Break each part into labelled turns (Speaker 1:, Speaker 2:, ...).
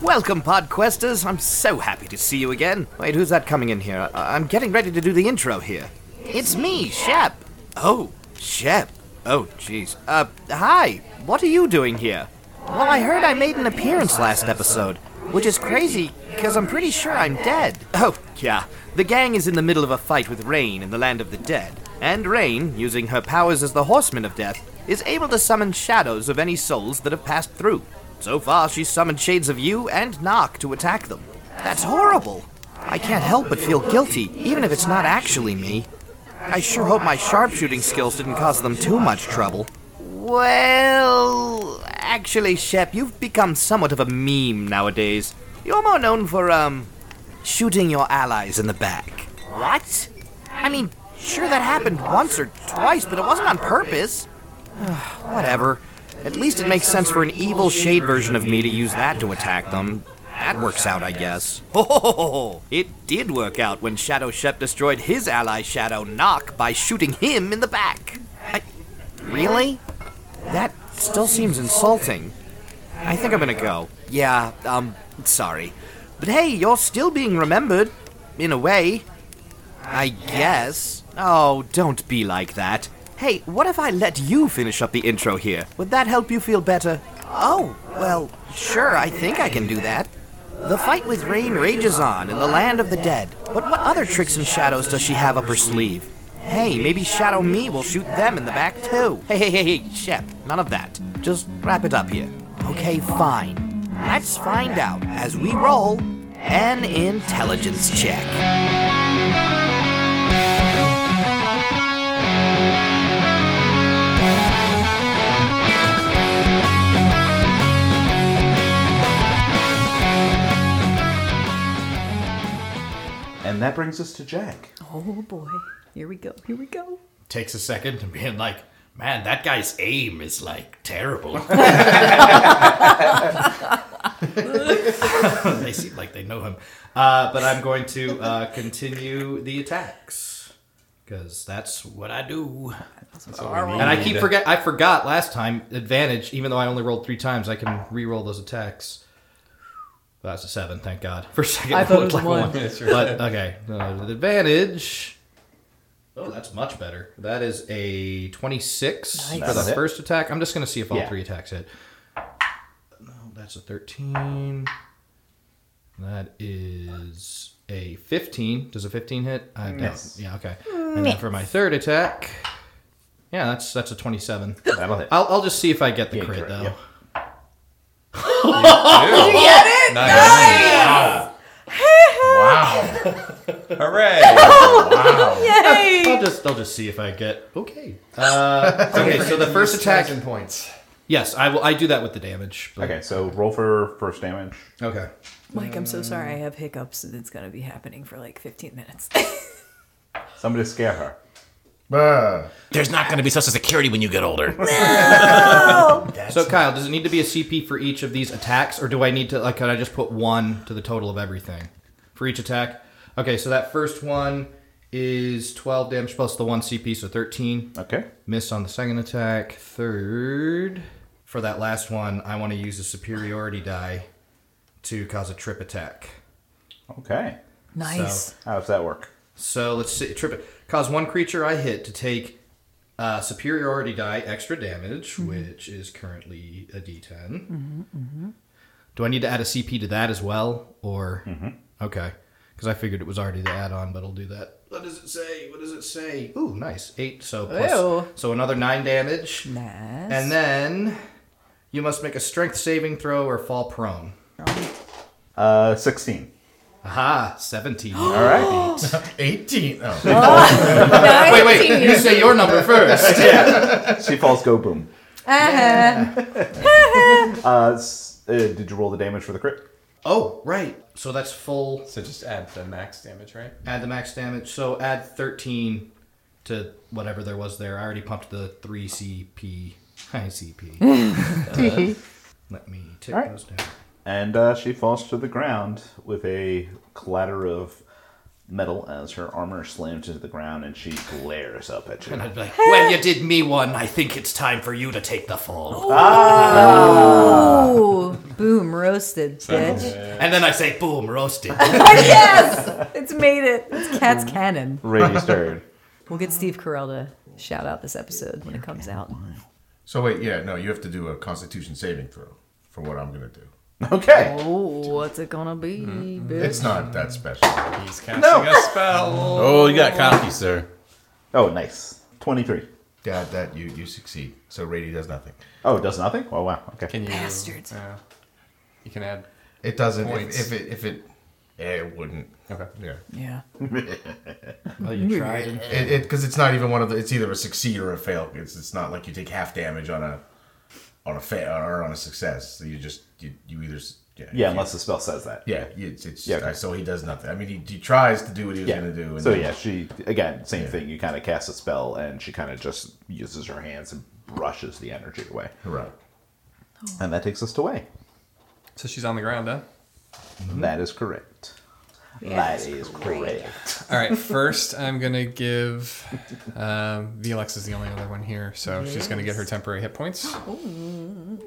Speaker 1: Welcome, Podquesters. I'm so happy to see you again. Wait, who's that coming in here? I- I'm getting ready to do the intro here. It's me, Shep. Oh, Shep. Oh, jeez. Uh, hi. What are you doing here? Well, I heard I made an appearance last episode, which is crazy, because I'm pretty sure I'm dead. Oh, yeah. The gang is in the middle of a fight with Rain in the land of the dead. And Rain, using her powers as the horseman of death, is able to summon shadows of any souls that have passed through. So far, she's summoned shades of you and Nock to attack them. That's horrible. I can't help but feel guilty, even if it's not actually me. I sure hope my sharpshooting skills didn't cause them too much trouble. Well, actually, Shep, you've become somewhat of a meme nowadays. You're more known for, um, shooting your allies in the back. What? I mean, sure, that happened once or twice, but it wasn't on purpose. Whatever. At least it makes sense for an evil shade version of me to use that to attack them. That works out, I guess. Oh, it did work out when Shadow Shep destroyed his ally Shadow Knock by shooting him in the back. I, really? That still seems insulting. I think I'm gonna go. Yeah, um, sorry. But hey, you're still being remembered. In a way. I guess. Oh, don't be like that. Hey, what if I let you finish up the intro here? Would that help you feel better? Oh, well, sure, I think I can do that. The fight with Rain rages on in the land of the dead. But what other tricks and shadows does she have up her sleeve? Hey, maybe Shadow Me will shoot them in the back too. Hey, hey, hey, hey, Shep, none of that. Just wrap it up here. Okay, fine. Let's find out as we roll an intelligence check.
Speaker 2: And that brings us to Jack.
Speaker 3: Oh boy. Here we go. Here we go.
Speaker 4: takes a second and being like, man, that guy's aim is like terrible. they seem like they know him. Uh, but I'm going to uh, continue the attacks because that's what I do. And I keep forget. I forgot last time advantage. Even though I only rolled three times, I can re-roll those attacks. That's a seven. Thank God. For a second,
Speaker 3: I
Speaker 4: it
Speaker 3: thought it
Speaker 4: looked
Speaker 3: was
Speaker 4: like
Speaker 3: one.
Speaker 4: one. But okay, uh, the advantage. Oh, that's much better. That is a twenty-six
Speaker 3: Nice.
Speaker 4: for the
Speaker 2: That's it.
Speaker 4: first attack. I'm just gonna see if all
Speaker 2: Yeah.
Speaker 4: three attacks hit. No, that's a thirteen. That is a 15. Does a 15 hit? I don't-
Speaker 2: Yes.
Speaker 4: Yeah, okay. And then for my third attack, yeah, that's that's a 27.
Speaker 2: That'll hit.
Speaker 4: I'll, I'll just see if I get the
Speaker 2: Yeah,
Speaker 4: crit,
Speaker 2: correct,
Speaker 4: though.
Speaker 2: yep. Hooray!
Speaker 4: I'll just I'll just see if I get okay. Uh, okay, so the first attack
Speaker 5: and points.
Speaker 4: Yes, I will. I do that with the damage. but-
Speaker 2: okay, so roll for first damage.
Speaker 4: Okay.
Speaker 3: Mike, I'm so sorry. I have hiccups and it's going to be happening for like 15 minutes.
Speaker 2: Somebody scare her.
Speaker 6: There's not going to be social security when you get older.
Speaker 4: So Kyle, does it need to be a CP for each of these attacks, or do I need to like? Can I just put one to the total of everything for each attack? Okay, so that first one is twelve damage plus the one CP, so thirteen.
Speaker 2: Okay.
Speaker 4: Miss on the second attack. Third. For that last one, I want to use a superiority die to cause a trip attack.
Speaker 2: Okay.
Speaker 3: nice.
Speaker 2: How does that work?
Speaker 4: So let's see. Trip Cause one creature I hit to take uh, superiority die extra damage,
Speaker 3: Mm-hmm.
Speaker 4: which is currently a D10.
Speaker 3: mm-hmm.
Speaker 4: Do I need to add a CP to that as well, or okay? Because I figured it was already the add-on, but I'll do that. What does it say? What does it say? Ooh, nice eight. So plus,
Speaker 3: Ew.
Speaker 4: so another nine damage,
Speaker 3: Nice.
Speaker 4: and then you must make a strength saving throw or fall prone.
Speaker 2: Uh, 16.
Speaker 4: Aha, seventeen.
Speaker 2: All right.
Speaker 5: 18. Oh.
Speaker 4: uh, wait, wait. You say your number first.
Speaker 2: she falls go boom. Uh, s- uh, did you roll the damage for the crit?
Speaker 4: oh, right. So that's full
Speaker 5: So just add the max damage, right?
Speaker 4: Add the max damage. So add 13 to whatever there was there. I already pumped the 3 CP. High CP. Uh, let me take
Speaker 2: All right.
Speaker 4: those down.
Speaker 2: And uh, she falls to the ground with a clatter of metal as her armor slams into the ground and she glares up at you.
Speaker 4: I'd be like, well, you did me one. I think it's time for you to take the fall.
Speaker 3: Oh, boom, roasted, bitch.
Speaker 1: And then I say, boom, roasted.
Speaker 3: yes, it's made it. It's cat's cannon.
Speaker 2: Rady's turn.
Speaker 3: We'll get Steve Carell to shout out this episode when it comes out.
Speaker 7: So wait, yeah, no, you have to do a Constitution saving throw for what I'm gonna do.
Speaker 2: Okay.
Speaker 3: Oh, what's it gonna be,
Speaker 4: Mm-hmm.
Speaker 3: bitch?
Speaker 7: It's not that special.
Speaker 5: He's casting a spell.
Speaker 6: Oh, you got cocky, sir.
Speaker 2: Oh, nice. 23.
Speaker 7: Yeah, that you you succeed. So Rady does nothing.
Speaker 2: Oh, it does nothing? Oh, wow. Okay.
Speaker 5: Can you?
Speaker 3: Bastards.
Speaker 5: Yeah. You can add.
Speaker 7: It doesn't.
Speaker 5: Points.
Speaker 7: If, if it if it eh, it wouldn't.
Speaker 5: Okay.
Speaker 7: Yeah.
Speaker 3: Yeah.
Speaker 4: Oh, you tried.
Speaker 7: It it because it's not even one of the. It's either a succeed or a fail. It's it's not like you take half damage on a on a fail or on a success. So you just you, you either s- yeah
Speaker 2: Yeah, unless the spell says that.
Speaker 7: yeah you- it's it's
Speaker 2: Yeah,
Speaker 7: yeah.
Speaker 2: okay.
Speaker 7: So he does nothing. I mean, he, he tries to do what he was
Speaker 2: Yeah.
Speaker 7: gonna do. And
Speaker 2: so
Speaker 7: then-
Speaker 2: yeah, she again same thing. You kind of cast a spell, and she kind of just uses her hands and brushes the energy away,
Speaker 7: Right.
Speaker 2: and that takes us to Wei.
Speaker 5: So she's on the ground, huh?
Speaker 7: Mm-hmm.
Speaker 2: That is correct.
Speaker 3: Yes,
Speaker 2: that is correct.
Speaker 5: All right. First, I'm gonna give. Um, Vlex is the only other one here, so she's gonna get her temporary hit points,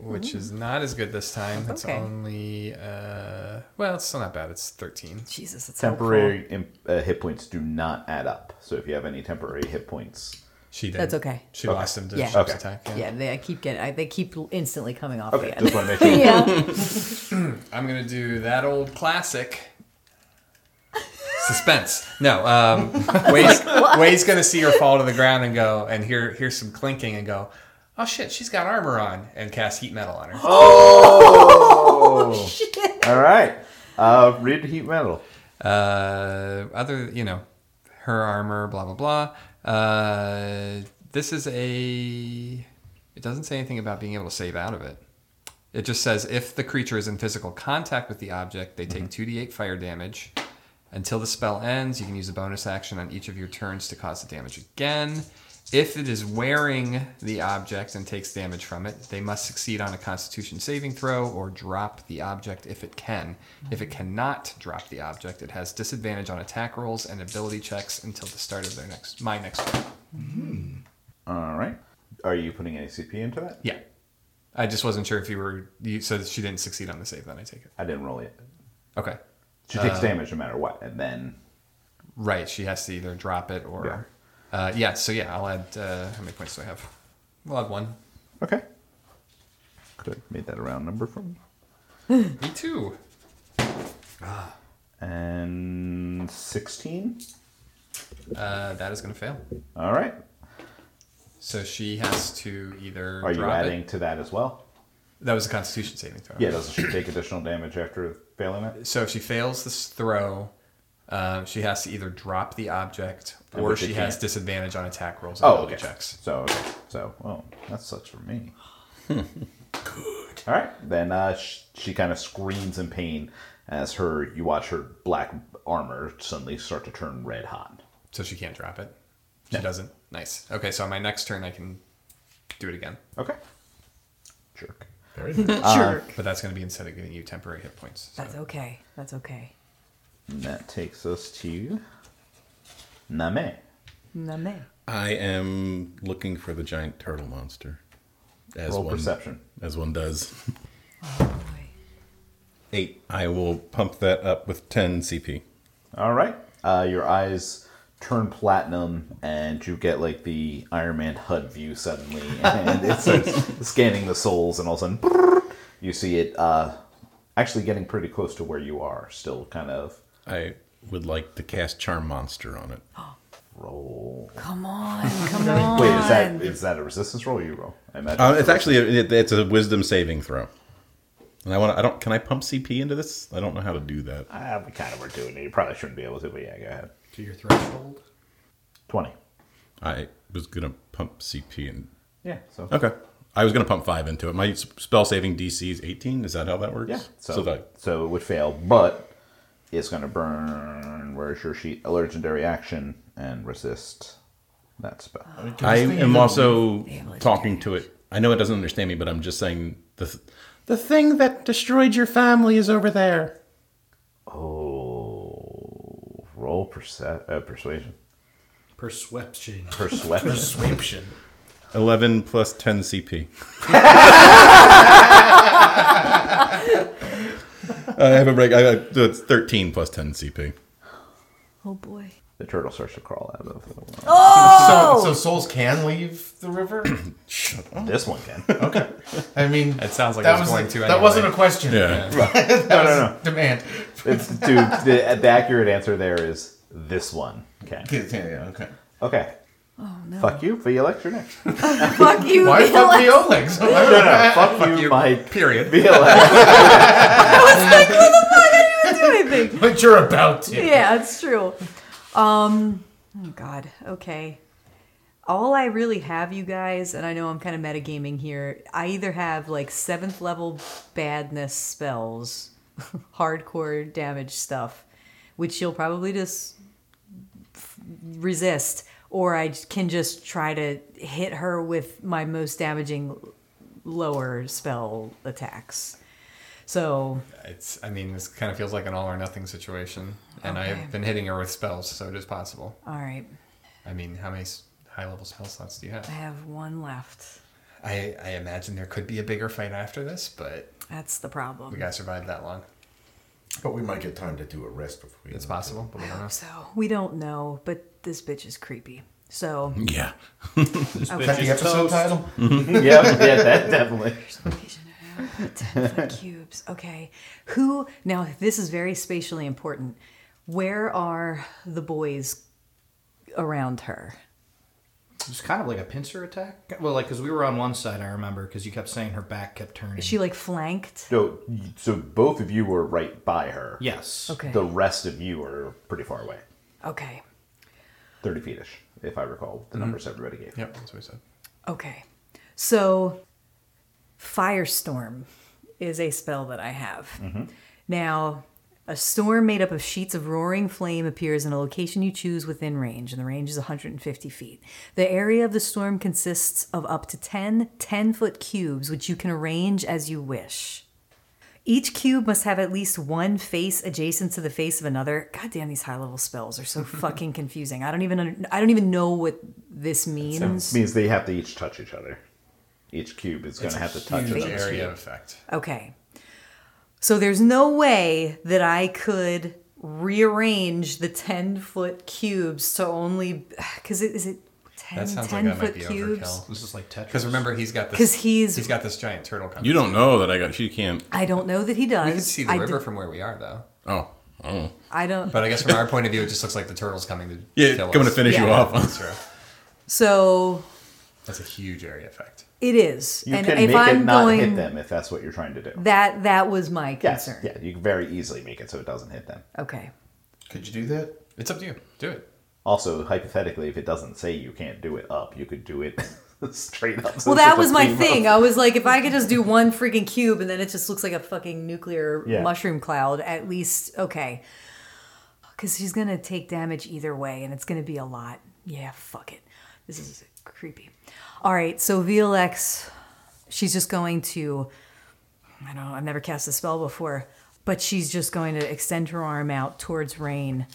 Speaker 5: which is not as good this time. It's
Speaker 3: okay.
Speaker 5: only. Uh, well, it's still not bad. It's 13.
Speaker 3: Jesus, it's
Speaker 2: Temporary imp- uh, hit points do not add up. So if you have any temporary hit points,
Speaker 5: She did.
Speaker 3: That's okay.
Speaker 5: She lost him to
Speaker 3: Yeah.
Speaker 5: yeah.
Speaker 2: Okay.
Speaker 5: attack.
Speaker 3: Yeah, they I keep getting. I, they keep instantly coming off
Speaker 2: okay,
Speaker 3: again.
Speaker 2: just want to make sure.
Speaker 3: yeah.
Speaker 5: I'm gonna do that old classic. Suspense. No. Um, Way's, Way's gonna see her fall to the ground and go, and hear hear some clinking and go, oh shit, she's got armor on, and cast heat metal on her.
Speaker 2: Oh,
Speaker 7: Oh,
Speaker 2: All right, uh, read heat metal.
Speaker 5: Uh, other, you know, her armor, blah blah blah. Uh, this is a. It doesn't say anything about being able to save out of it. It just says if the creature is in physical contact with the object, they take 2d8 fire damage. Until the spell ends, you can use a bonus action on each of your turns to cause the damage again. If it is wearing the object and takes damage from it, they must succeed on a constitution saving throw or drop the object if it can. If it cannot drop the object, it has disadvantage on attack rolls and ability checks until the start of their next my next turn.
Speaker 2: All right, are you putting any CP into it?
Speaker 5: Yeah. I just wasn't sure if you were you so she didn't succeed on the save then I take it.
Speaker 2: I didn't roll it.
Speaker 5: Okay.
Speaker 2: She takes
Speaker 7: Uh,
Speaker 2: damage no matter what, and then
Speaker 5: Right, she has to either drop it or yeah. Uh, yeah, so yeah, I'll add uh, how many points do I have? We'll add one.
Speaker 2: okay. Could have made that a round number for me.
Speaker 5: Me too.
Speaker 2: And sixteen.
Speaker 5: Uh, that is gonna fail.
Speaker 2: All right.
Speaker 5: So she has to either
Speaker 2: Are you
Speaker 5: drop
Speaker 2: adding
Speaker 5: it.
Speaker 2: to that as well?
Speaker 5: That was a Constitution saving throw.
Speaker 2: Yeah, doesn't she take additional damage after failing that?
Speaker 5: So if she fails this throw, um, she has to either drop the object
Speaker 2: And
Speaker 5: or
Speaker 2: which it
Speaker 5: she has
Speaker 2: can't.
Speaker 5: disadvantage on attack rolls and
Speaker 2: Oh,
Speaker 5: ability
Speaker 2: okay.
Speaker 5: checks.
Speaker 2: So, okay. So, oh, that sucks for me. Good. All right. Then uh, she, she kind of screams in pain as her, you watch her black armor suddenly start to turn red hot.
Speaker 5: So she can't drop it. She doesn't. Nice. Okay, so on my next turn I can do it again,
Speaker 2: Okay. Jerk.
Speaker 7: Very nice.
Speaker 3: Jerk.
Speaker 5: but that's going to be instead of giving you temporary hit points. So
Speaker 3: That's okay. That's okay.
Speaker 2: And that takes us to Name.
Speaker 3: Name.
Speaker 6: I am looking for the giant turtle monster. As
Speaker 2: Roll perception.
Speaker 6: As one does.
Speaker 3: Boy.
Speaker 6: Eight. I will pump that up with 10 CP.
Speaker 2: All right. Uh, your eyes turn platinum, and you get like the Iron Man HUD view suddenly, and it starts scanning the souls, and all of a sudden, brrr, you see it uh, actually getting pretty close to where you are. Still, kind of
Speaker 6: I would like to cast Charm Monster on it.
Speaker 2: roll.
Speaker 3: Come on, come on.
Speaker 2: Wait, is that is that a resistance roll? Or you roll. I imagine.
Speaker 6: Uh, it's actually it, it's a Wisdom saving throw. And I want to. I don't. Can I pump CP into this? I don't know how to do that.
Speaker 2: Uh, we kind of were doing it. You probably shouldn't be able to, but yeah, go ahead.
Speaker 4: To your threshold.
Speaker 2: Twenty.
Speaker 6: I was gonna pump CP and.
Speaker 2: Yeah. So
Speaker 6: Okay. I was gonna pump five into it. My s- spell saving DC is 18. Is that how that works?
Speaker 2: yeah. So so,
Speaker 6: that-
Speaker 2: it would fail, but it's gonna burn. Where's your sheet? A legendary action and resist that spell.
Speaker 6: I am also
Speaker 3: able to
Speaker 6: talking to it. I know it doesn't understand me, but I'm just saying the th- the thing that destroyed your family is over there.
Speaker 2: Oh, roll perse- uh, persuasion.
Speaker 4: Perception.
Speaker 2: Persuasion.
Speaker 4: Perception.
Speaker 6: 11 plus 10 CP. I have a break. I, I, it's 13 plus 10 CP.
Speaker 3: Oh boy.
Speaker 2: The turtle starts to crawl out of the
Speaker 7: Oh,
Speaker 3: Oh.
Speaker 7: So, so souls can leave the river.
Speaker 2: Oh. This one can.
Speaker 7: I mean,
Speaker 5: It sounds like
Speaker 7: that
Speaker 5: it was going
Speaker 7: a-
Speaker 5: to
Speaker 7: That
Speaker 5: anyway.
Speaker 7: wasn't a question.
Speaker 6: Yeah.
Speaker 7: that no, was no, no. demand.
Speaker 2: It's, dude, the, the accurate answer there is this one can.
Speaker 7: Yeah, yeah, okay.
Speaker 2: Okay. Oh, no. Fuck you for your lecture next. No,
Speaker 3: Fuck you,
Speaker 7: Why
Speaker 3: Felix.
Speaker 7: fuck the Olex? Why-
Speaker 2: no, fuck, you, Mike.
Speaker 5: Period.
Speaker 2: VLX.
Speaker 3: I think.
Speaker 7: But you're about to.
Speaker 3: Yeah, it's true. Um, oh God. Okay. All I really have, you guys, and I know I'm kind of metagaming here. I either have like seventh level badness spells, hardcore damage stuff, which you'll probably just f- resist, or I j- can just try to hit her with my most damaging l- lower spell attacks. So
Speaker 5: It's. I mean, this kind of feels like an all or nothing situation, and I
Speaker 3: Okay.
Speaker 5: have been hitting her with spells, so it is possible.
Speaker 3: all right,
Speaker 5: I mean, how many s- high level spell slots do you have?
Speaker 3: I have one left.
Speaker 5: I, I imagine there could be a bigger fight after this, but
Speaker 3: That's the problem.
Speaker 5: we gotta survive that long.
Speaker 7: But we might get time to do a rest before we.
Speaker 5: It's possible, but we don't know.
Speaker 3: so we don't know, but this bitch is creepy. So
Speaker 6: Yeah.
Speaker 7: Is that the episode title?
Speaker 2: yep, yeah, that definitely.
Speaker 3: ten foot cubes. Okay, who now? This is very spatially important. Where are the boys around her?
Speaker 4: It's kind of like a pincer attack. Well, like because we were on one side, I remember, because you kept saying her back kept turning.
Speaker 3: Is she like flanked?
Speaker 2: So, so both of you were right by her.
Speaker 4: yes.
Speaker 3: Okay.
Speaker 2: The rest of you are pretty far away.
Speaker 3: Okay.
Speaker 2: 30 feet ish, if I recall the numbers everybody gave.
Speaker 5: Yep, that's what we said.
Speaker 3: Okay. So, Firestorm is a spell that I have. Now, a storm made up of sheets of roaring flame appears in a location you choose within range, and the range is 150 feet. The area of the storm consists of up to 10 10 foot cubes, which you can arrange as you wish. Each cube must have at least one face adjacent to the face of another. God damn, these high level spells are so fucking confusing. I don't even under- I don't even know what this
Speaker 2: So
Speaker 3: means.
Speaker 2: it means they have to each touch each other. Each cube is going to have to touch
Speaker 5: Huge
Speaker 2: another.
Speaker 5: area of effect.
Speaker 3: Okay. So there's no way that I could rearrange the 10 foot cubes to only because it is it 10,
Speaker 5: That sounds
Speaker 3: 10
Speaker 5: like that
Speaker 3: foot
Speaker 5: might be
Speaker 3: cubes
Speaker 5: overkill.
Speaker 4: This is like Tetris.
Speaker 5: Because remember, he's got this.
Speaker 3: 'Cause he's-
Speaker 5: he's got this giant turtle coming.
Speaker 6: You don't know that I got. She can't.
Speaker 3: i don't know that he does
Speaker 5: we can see the
Speaker 3: I, d-
Speaker 5: river from where we are, though.
Speaker 6: Oh. Oh.
Speaker 3: I don't
Speaker 5: But I guess from our point of view, it just looks like the turtle's coming to
Speaker 6: Yeah.
Speaker 5: kill
Speaker 6: coming
Speaker 5: us.
Speaker 6: to finish you
Speaker 3: Yeah.
Speaker 6: off.
Speaker 5: That's true.
Speaker 3: so
Speaker 5: That's a huge area effect.
Speaker 3: it is
Speaker 2: You
Speaker 3: and
Speaker 2: can
Speaker 3: if
Speaker 2: make
Speaker 3: i'm
Speaker 2: it not
Speaker 3: going Mm,
Speaker 2: hit them if that's what you're trying to do.
Speaker 3: that that was my
Speaker 2: Yes.
Speaker 3: concern
Speaker 2: Yeah, you can very easily make it so it doesn't hit them.
Speaker 3: okay
Speaker 7: Could you do that?
Speaker 5: It's up to you. Do it.
Speaker 2: Also, hypothetically, if it doesn't say you can't do it up, you could do it straight up.
Speaker 3: well that was my thing i was like if i could just do one freaking cube and then it just looks like a fucking nuclear
Speaker 2: Yeah.
Speaker 3: mushroom cloud at least okay because she's gonna take damage either way and it's gonna be a lot yeah fuck it this is creepy all right so vlx she's just going to i don't know i've never cast a spell before but she's just going to extend her arm out towards rain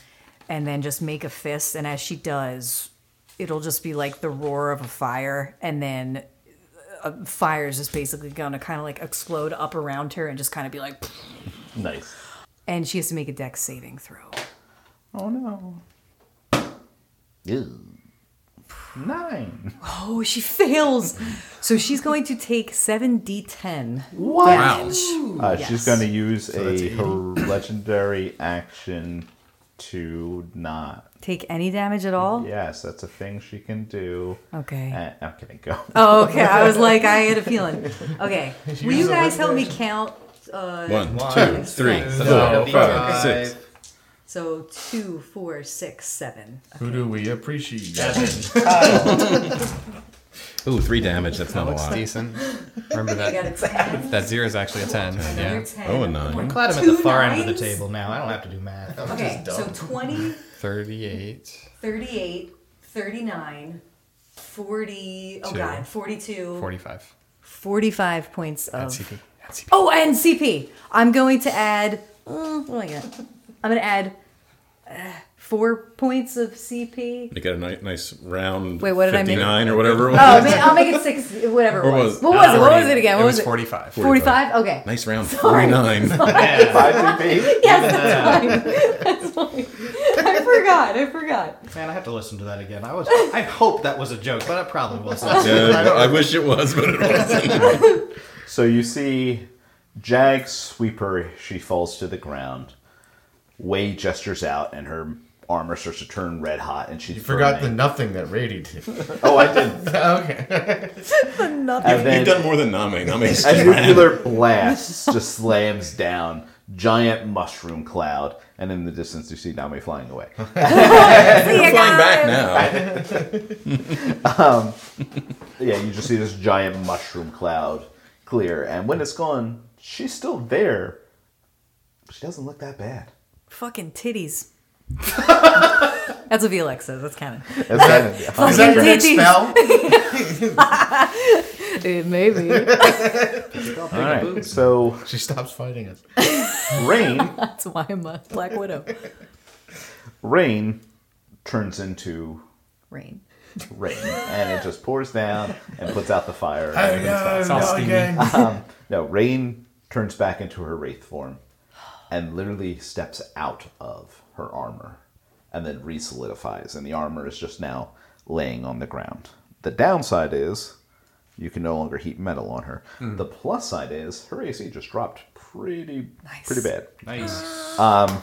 Speaker 3: and then just make a fist and as she does it'll just be like the roar of a fire and then uh, fire's just basically gonna kind of like explode up around her and just kind of be like
Speaker 2: Nice.
Speaker 3: and she has to make a dex saving throw
Speaker 2: Oh no. Ew. Nine.
Speaker 3: oh she fails so she's going to take 7d10
Speaker 6: Wow.
Speaker 2: Uh, She's
Speaker 3: yes.
Speaker 2: going to use a her legendary action to not.
Speaker 3: take any damage at all
Speaker 2: Yes, that's a thing she can do.
Speaker 3: okay
Speaker 2: Uh, I'm kidding. Go.
Speaker 3: Oh, okay. I was like, I had a feeling. Okay. Will you guys help me count? Uh,
Speaker 6: One,
Speaker 4: One,
Speaker 6: two, three,
Speaker 3: two,
Speaker 6: four,
Speaker 4: three,
Speaker 6: five,
Speaker 4: five.
Speaker 6: six.
Speaker 3: so two, four, six, seven.
Speaker 7: Who do we appreciate?
Speaker 6: Ooh, three damage. That's not a
Speaker 5: Looks
Speaker 6: lot.
Speaker 5: decent. Remember
Speaker 3: I got a
Speaker 5: that
Speaker 3: ten.
Speaker 5: that zero is actually a ten.
Speaker 3: Another
Speaker 5: Yeah.
Speaker 3: ten.
Speaker 6: Oh, a nine.
Speaker 4: I'm glad I'm at the
Speaker 3: Two
Speaker 4: far end of
Speaker 3: nines?
Speaker 4: the table now. I don't have to do math.
Speaker 3: Okay. So 20,
Speaker 5: Thirty-eight.
Speaker 3: 38, 39, 40. Oh,
Speaker 5: Two.
Speaker 3: God. 42.
Speaker 5: Forty-five.
Speaker 3: 45 points of.
Speaker 5: At CP. At CP.
Speaker 3: Oh, and CP. I'm going to add. Mm, what am I gonna- I'm going to add four points of CP.
Speaker 6: Make it a ni- nice round.
Speaker 3: Wait, what did I make?
Speaker 6: 59 or whatever it was.
Speaker 3: Oh, man, I'll make it six. Whatever it
Speaker 6: Or
Speaker 3: was.
Speaker 6: was-
Speaker 3: What was it? What was
Speaker 5: 40.
Speaker 3: it again? What
Speaker 5: It was
Speaker 3: was it?
Speaker 5: 45.
Speaker 3: 45? Okay.
Speaker 6: Nice round.
Speaker 3: Sorry.
Speaker 6: 49.
Speaker 2: Five CP.
Speaker 3: Yes, that's fine. That's fine. I forgot. I forgot.
Speaker 4: Man, I have to listen to that again. I was I hope that was a joke, but it probably wasn't.
Speaker 6: Yeah, I wish it was, but it wasn't.
Speaker 2: So you see Jag sweep her. She falls to the ground. Wei gestures out, and her armor starts to turn red hot, and she's
Speaker 7: You forgot the
Speaker 2: burning.
Speaker 7: nothing that Rady did.
Speaker 2: Oh, I did.
Speaker 7: okay.
Speaker 2: And then
Speaker 6: You've done more than Name. Name's
Speaker 2: a nuclear blast just slams down. Giant mushroom cloud, and in the distance you see Nami flying away.
Speaker 6: flying back now.
Speaker 2: yeah, you just see this giant mushroom cloud clear, and when it's gone, she's still there. but She doesn't look that bad.
Speaker 3: Fucking titties. That's what Felix says. That's kind of.
Speaker 2: That's kind of-
Speaker 7: Is that your next
Speaker 3: Titties.
Speaker 7: spell?
Speaker 3: Uh, Maybe.
Speaker 2: All right, so
Speaker 7: She stops fighting us.
Speaker 2: rain
Speaker 3: That's why I'm a Black Widow.
Speaker 2: rain turns into
Speaker 3: Rain.
Speaker 2: rain and it just pours down and puts out the fire and
Speaker 7: I
Speaker 2: everything
Speaker 7: know,
Speaker 2: stops.
Speaker 7: no,
Speaker 5: steamy.
Speaker 7: again.
Speaker 2: no rain turns back into her wraith form and literally steps out of her armor and then resolidifies and the armor is just now laying on the ground the downside is you can no longer heat metal on her the plus side is her ac just dropped pretty
Speaker 3: Nice.
Speaker 2: pretty bad Um,
Speaker 4: nice.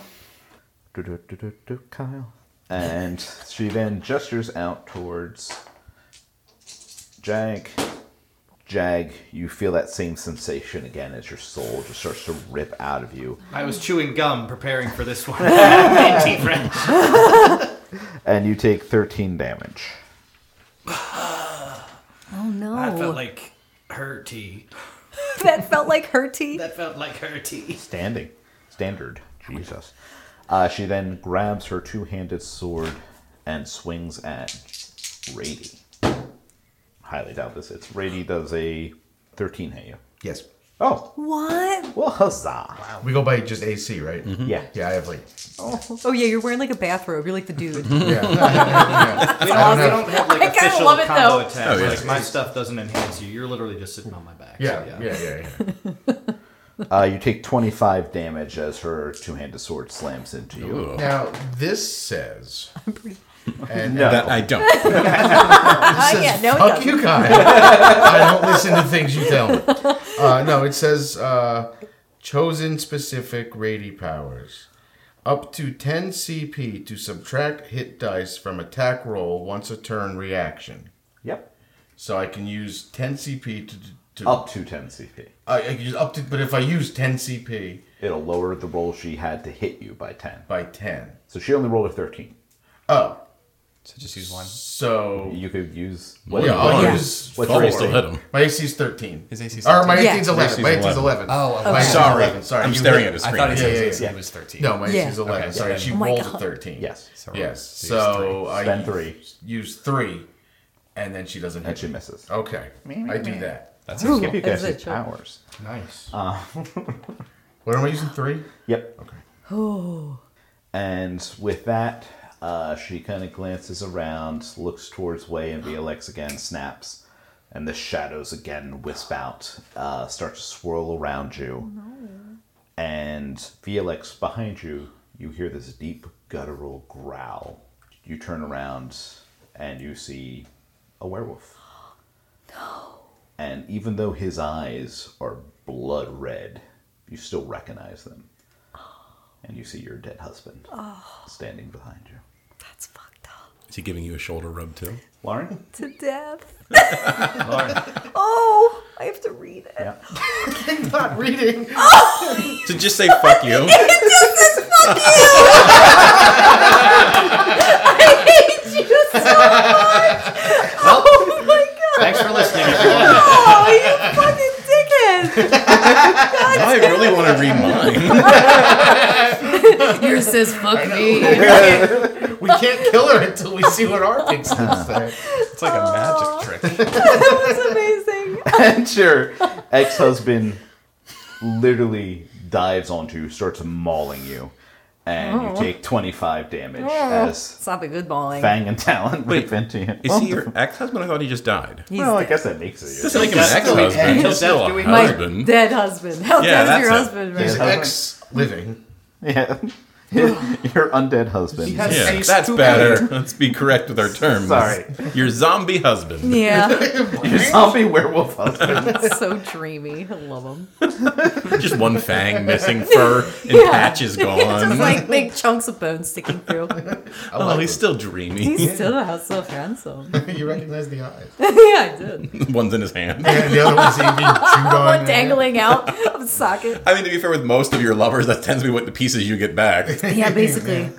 Speaker 2: Do-do-do-do-do, Kyle. And she then gestures out towards Jag. Jag, you feel that same sensation again as your soul just starts to rip out of you.
Speaker 4: I was chewing gum preparing for this one. Minty French.
Speaker 2: And you take 13 damage.
Speaker 3: Oh no.
Speaker 4: I felt like her tea.
Speaker 3: that felt like her tea.
Speaker 4: That felt like her tea.
Speaker 2: Standing. Standard. Jesus. Uh, she then grabs her two handed sword and swings at Rady. Highly doubt this. It's Rady does a 13 hit you.
Speaker 7: Yes.
Speaker 2: Oh,
Speaker 3: What?
Speaker 2: well, huzzah.
Speaker 7: We go by just AC, right?
Speaker 2: Yeah.
Speaker 7: Yeah, I have like.
Speaker 3: Oh yeah, you're wearing like a bathrobe. You're like the dude. Uh,
Speaker 7: Yeah.
Speaker 4: We don't, we don't have like
Speaker 3: I kinda
Speaker 4: official
Speaker 3: love it,
Speaker 4: combo
Speaker 3: though.
Speaker 4: attacks.
Speaker 6: Oh, yeah.
Speaker 4: Like, my stuff doesn't enhance you. You're literally just sitting on my back. so
Speaker 7: Yeah, yeah, yeah, yeah.
Speaker 2: Uh, you take 25 damage as her two handed sword slams into you.
Speaker 7: Now, this says. And
Speaker 2: No.
Speaker 6: That I don't.
Speaker 3: Ah, yeah, no, it
Speaker 7: Fuck
Speaker 3: doesn't.
Speaker 7: you, Kyle. I don't listen to things you tell me. Uh, no, it says uh, chosen specific Rady powers. Up to 10 CP to subtract hit dice from attack roll once a turn reaction.
Speaker 2: Yep.
Speaker 7: So I can use 10 CP to. to
Speaker 5: Oh.
Speaker 2: Up to 10 CP.
Speaker 7: I, I can use up to. But if I use 10 CP
Speaker 2: It'll lower the roll she had to hit you by 10.
Speaker 7: by 10.
Speaker 2: So she only rolled a 13.
Speaker 7: Oh,
Speaker 5: So just use one.
Speaker 7: so.
Speaker 2: You could use.
Speaker 6: Well,
Speaker 7: Yeah, I'll
Speaker 6: yeah.
Speaker 7: use.
Speaker 2: What's
Speaker 6: I'll
Speaker 2: your
Speaker 6: still
Speaker 2: AC?
Speaker 6: hit him.
Speaker 7: My AC is 13.
Speaker 5: His AC is
Speaker 7: Or my
Speaker 3: 13.
Speaker 7: AC is
Speaker 3: Yeah.
Speaker 7: 11. My
Speaker 6: AC
Speaker 7: AC
Speaker 6: is
Speaker 7: is 11.
Speaker 5: Oh,
Speaker 7: My AC is
Speaker 6: Sorry.
Speaker 7: 11, Sorry.
Speaker 6: I'm
Speaker 7: You
Speaker 6: staring
Speaker 7: lit-
Speaker 6: at a
Speaker 5: I
Speaker 6: screen.
Speaker 5: thought his
Speaker 7: Yeah, yeah,
Speaker 5: AC
Speaker 7: yeah.
Speaker 5: was 13.
Speaker 7: No, my
Speaker 3: Yeah.
Speaker 7: AC is 11.
Speaker 5: Okay.
Speaker 7: Sorry, she
Speaker 3: Oh my
Speaker 7: rolled
Speaker 3: God.
Speaker 7: a 13.
Speaker 2: Yes.
Speaker 5: So
Speaker 7: Yes.
Speaker 5: use
Speaker 7: So I
Speaker 2: Spend
Speaker 7: use-
Speaker 2: three.
Speaker 7: use three, and then she doesn't
Speaker 2: And
Speaker 7: hit
Speaker 2: she
Speaker 7: you.
Speaker 2: misses.
Speaker 7: Okay. I do that.
Speaker 5: That's
Speaker 3: Ooh,
Speaker 5: it.
Speaker 2: Give you guys
Speaker 3: that's
Speaker 2: your
Speaker 3: it, sure.
Speaker 2: powers.
Speaker 4: Nice.
Speaker 7: What am I using? Three?
Speaker 2: Yep.
Speaker 7: Okay.
Speaker 2: And with that, uh, she kind of glances around, looks towards Way and VLX again, snaps, and the shadows again wisp out, uh, start to swirl around you. And VLX behind you, you hear this deep guttural growl. You turn around and you see a werewolf. No. And even though his eyes are blood red, you still recognize them and you see your dead husband standing behind you.
Speaker 3: That's fucked up
Speaker 6: Is he giving you a shoulder rub too?
Speaker 2: Lauren?
Speaker 3: to death.
Speaker 4: Lauren,
Speaker 3: Oh, I have to read it.
Speaker 2: Yeah.
Speaker 7: I'm not reading.
Speaker 6: To just say fuck you.
Speaker 3: I hate you so much. Oh my god.
Speaker 4: thanks for listening, everyone.
Speaker 3: Oh, you fucking dickhead.
Speaker 6: I really want to read mine.
Speaker 3: Yours says fuck me.
Speaker 7: We can't kill her until we see what our picks say.
Speaker 5: It's like a magic trick.
Speaker 3: That's amazing.
Speaker 2: and your ex husband literally dives onto you, starts mauling you, and you take 25 damage as
Speaker 3: Stop a good balling.
Speaker 2: Fang and Talon
Speaker 6: Wait,
Speaker 2: leap into you.
Speaker 6: Is
Speaker 2: Well,
Speaker 6: he your ex husband? I thought he just died.
Speaker 3: He's
Speaker 2: Well, I
Speaker 3: dead.
Speaker 2: guess that makes it.
Speaker 6: Doesn't make him an
Speaker 4: Death
Speaker 6: ex
Speaker 4: do we end?
Speaker 6: husband. He's still
Speaker 4: Death do
Speaker 6: a
Speaker 4: we-
Speaker 3: My
Speaker 6: husband.
Speaker 3: dead husband. How
Speaker 6: Yeah,
Speaker 3: dead is your
Speaker 6: that's it.
Speaker 3: husband?
Speaker 7: He's
Speaker 3: Right?
Speaker 7: ex living.
Speaker 2: Yeah. your undead husband.
Speaker 4: has-
Speaker 6: Yeah,
Speaker 4: Cease
Speaker 6: that's
Speaker 4: to
Speaker 6: better. Let's be correct with our terms.
Speaker 2: Sorry.
Speaker 6: Your zombie husband.
Speaker 3: Yeah,
Speaker 2: Your zombie werewolf husband.
Speaker 3: it's so dreamy. I love him.
Speaker 6: Just one fang missing, fur and patches gone.
Speaker 3: Just like big chunks of bone sticking through.
Speaker 6: oh, he's still dreamy.
Speaker 3: He's still so handsome.
Speaker 7: you recognize the eyes.
Speaker 3: yeah, I did.
Speaker 6: One's in his hand.
Speaker 7: And the other one's being chewed
Speaker 3: Oh.
Speaker 7: on.
Speaker 3: Dangling out of the socket.
Speaker 6: I mean, to be fair with most of your lovers, that tends to be what the pieces you get back.
Speaker 3: Yeah, basically.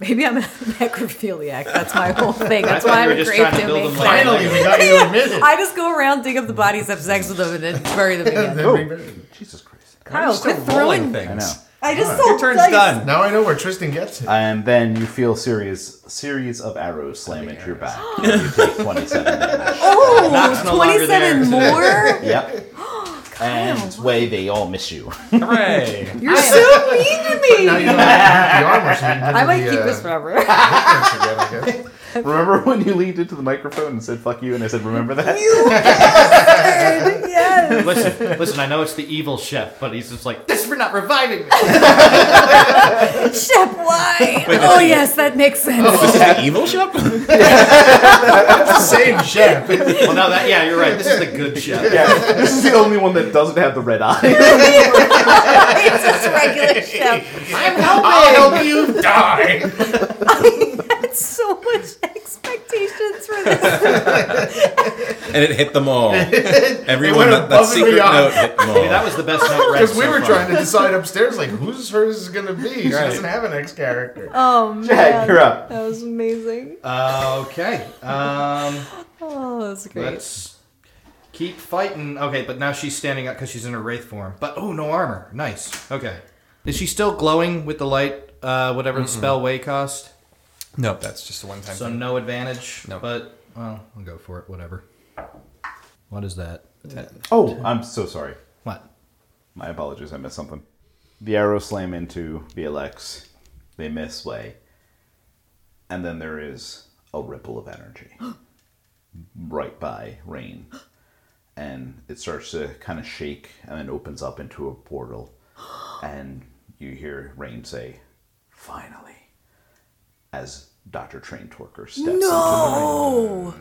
Speaker 3: Maybe I'm a necrophiliac. That's my whole thing. That's
Speaker 4: thought
Speaker 3: why
Speaker 4: you
Speaker 3: I'm
Speaker 4: were
Speaker 3: a
Speaker 4: just
Speaker 3: grave
Speaker 4: trying to build
Speaker 3: domain.
Speaker 4: them like-
Speaker 3: cleric.
Speaker 7: Finally, we got you to admit it.
Speaker 3: I just go around, dig up the bodies, have sex with them, and then bury them again.
Speaker 2: Jesus Christ.
Speaker 3: Kyle, quit
Speaker 6: Rolling
Speaker 3: throwing.
Speaker 6: things.
Speaker 2: I know.
Speaker 3: I just
Speaker 5: Your
Speaker 3: told
Speaker 5: turn's
Speaker 3: dice.
Speaker 5: done.
Speaker 7: Now I know where Tristan gets it.
Speaker 2: And then you feel series series of arrows slam into your back. you take 27 damage.
Speaker 3: Oh,
Speaker 4: Knock's no longer
Speaker 3: 27 more?
Speaker 2: Yep. And way they all miss you.
Speaker 5: Hooray!
Speaker 3: You're so mean
Speaker 7: now
Speaker 3: to
Speaker 7: you
Speaker 3: me.
Speaker 7: don't have the armor, so you can give
Speaker 3: I
Speaker 7: him
Speaker 3: might
Speaker 7: the,
Speaker 3: keep
Speaker 7: uh,
Speaker 3: this forever.
Speaker 7: pictures again, I guess.
Speaker 2: Remember when you leaned into the microphone and said "fuck you" and I said, "Remember that?"
Speaker 3: yes.
Speaker 4: Listen, listen. I know it's the evil chef, but he's just like this for not reviving me.
Speaker 3: Shep, why? oh, yes, that makes sense.
Speaker 6: The evil ship?
Speaker 7: It's the same chef.
Speaker 4: well, now that yeah, you're right. This is the good chef.
Speaker 2: yeah, this is the only one that doesn't have the red eye.
Speaker 3: it's just regular Shep.
Speaker 7: I'll help you die.
Speaker 3: That's so much expectations for this.
Speaker 6: And it hit them all. Everyone,
Speaker 7: went
Speaker 6: that, that
Speaker 7: above and
Speaker 6: secret
Speaker 7: beyond.
Speaker 6: note hit them all.
Speaker 4: Maybe that was the best note.
Speaker 7: Because we were trying to decide upstairs, like, whose hers is going to be. She doesn't have an ex character.
Speaker 3: Oh, man.
Speaker 2: Jack, you're up.
Speaker 3: That was amazing.
Speaker 4: Uh, okay. Um,
Speaker 3: Oh, that was great.
Speaker 4: let's keep fighting. Okay, but now she's standing up because she's in her wraith form. But oh, no armor. Nice. Okay. Is she still glowing with the light? Uh, whatever the spell way cost.
Speaker 5: nope, that's just a one-time
Speaker 4: So
Speaker 5: thing.
Speaker 4: no advantage.
Speaker 5: No.
Speaker 4: But well, I'll go for it. Whatever. What is that?
Speaker 2: Oh, I'm so sorry.
Speaker 4: What?
Speaker 2: My apologies, I missed something. The arrow slam into VLX. They miss way. And then there is a ripple of energy right by Rain. And it starts to kind of shake and then opens up into a portal. And you hear Rain say, finally, as Dr. Train Torker steps into
Speaker 3: No!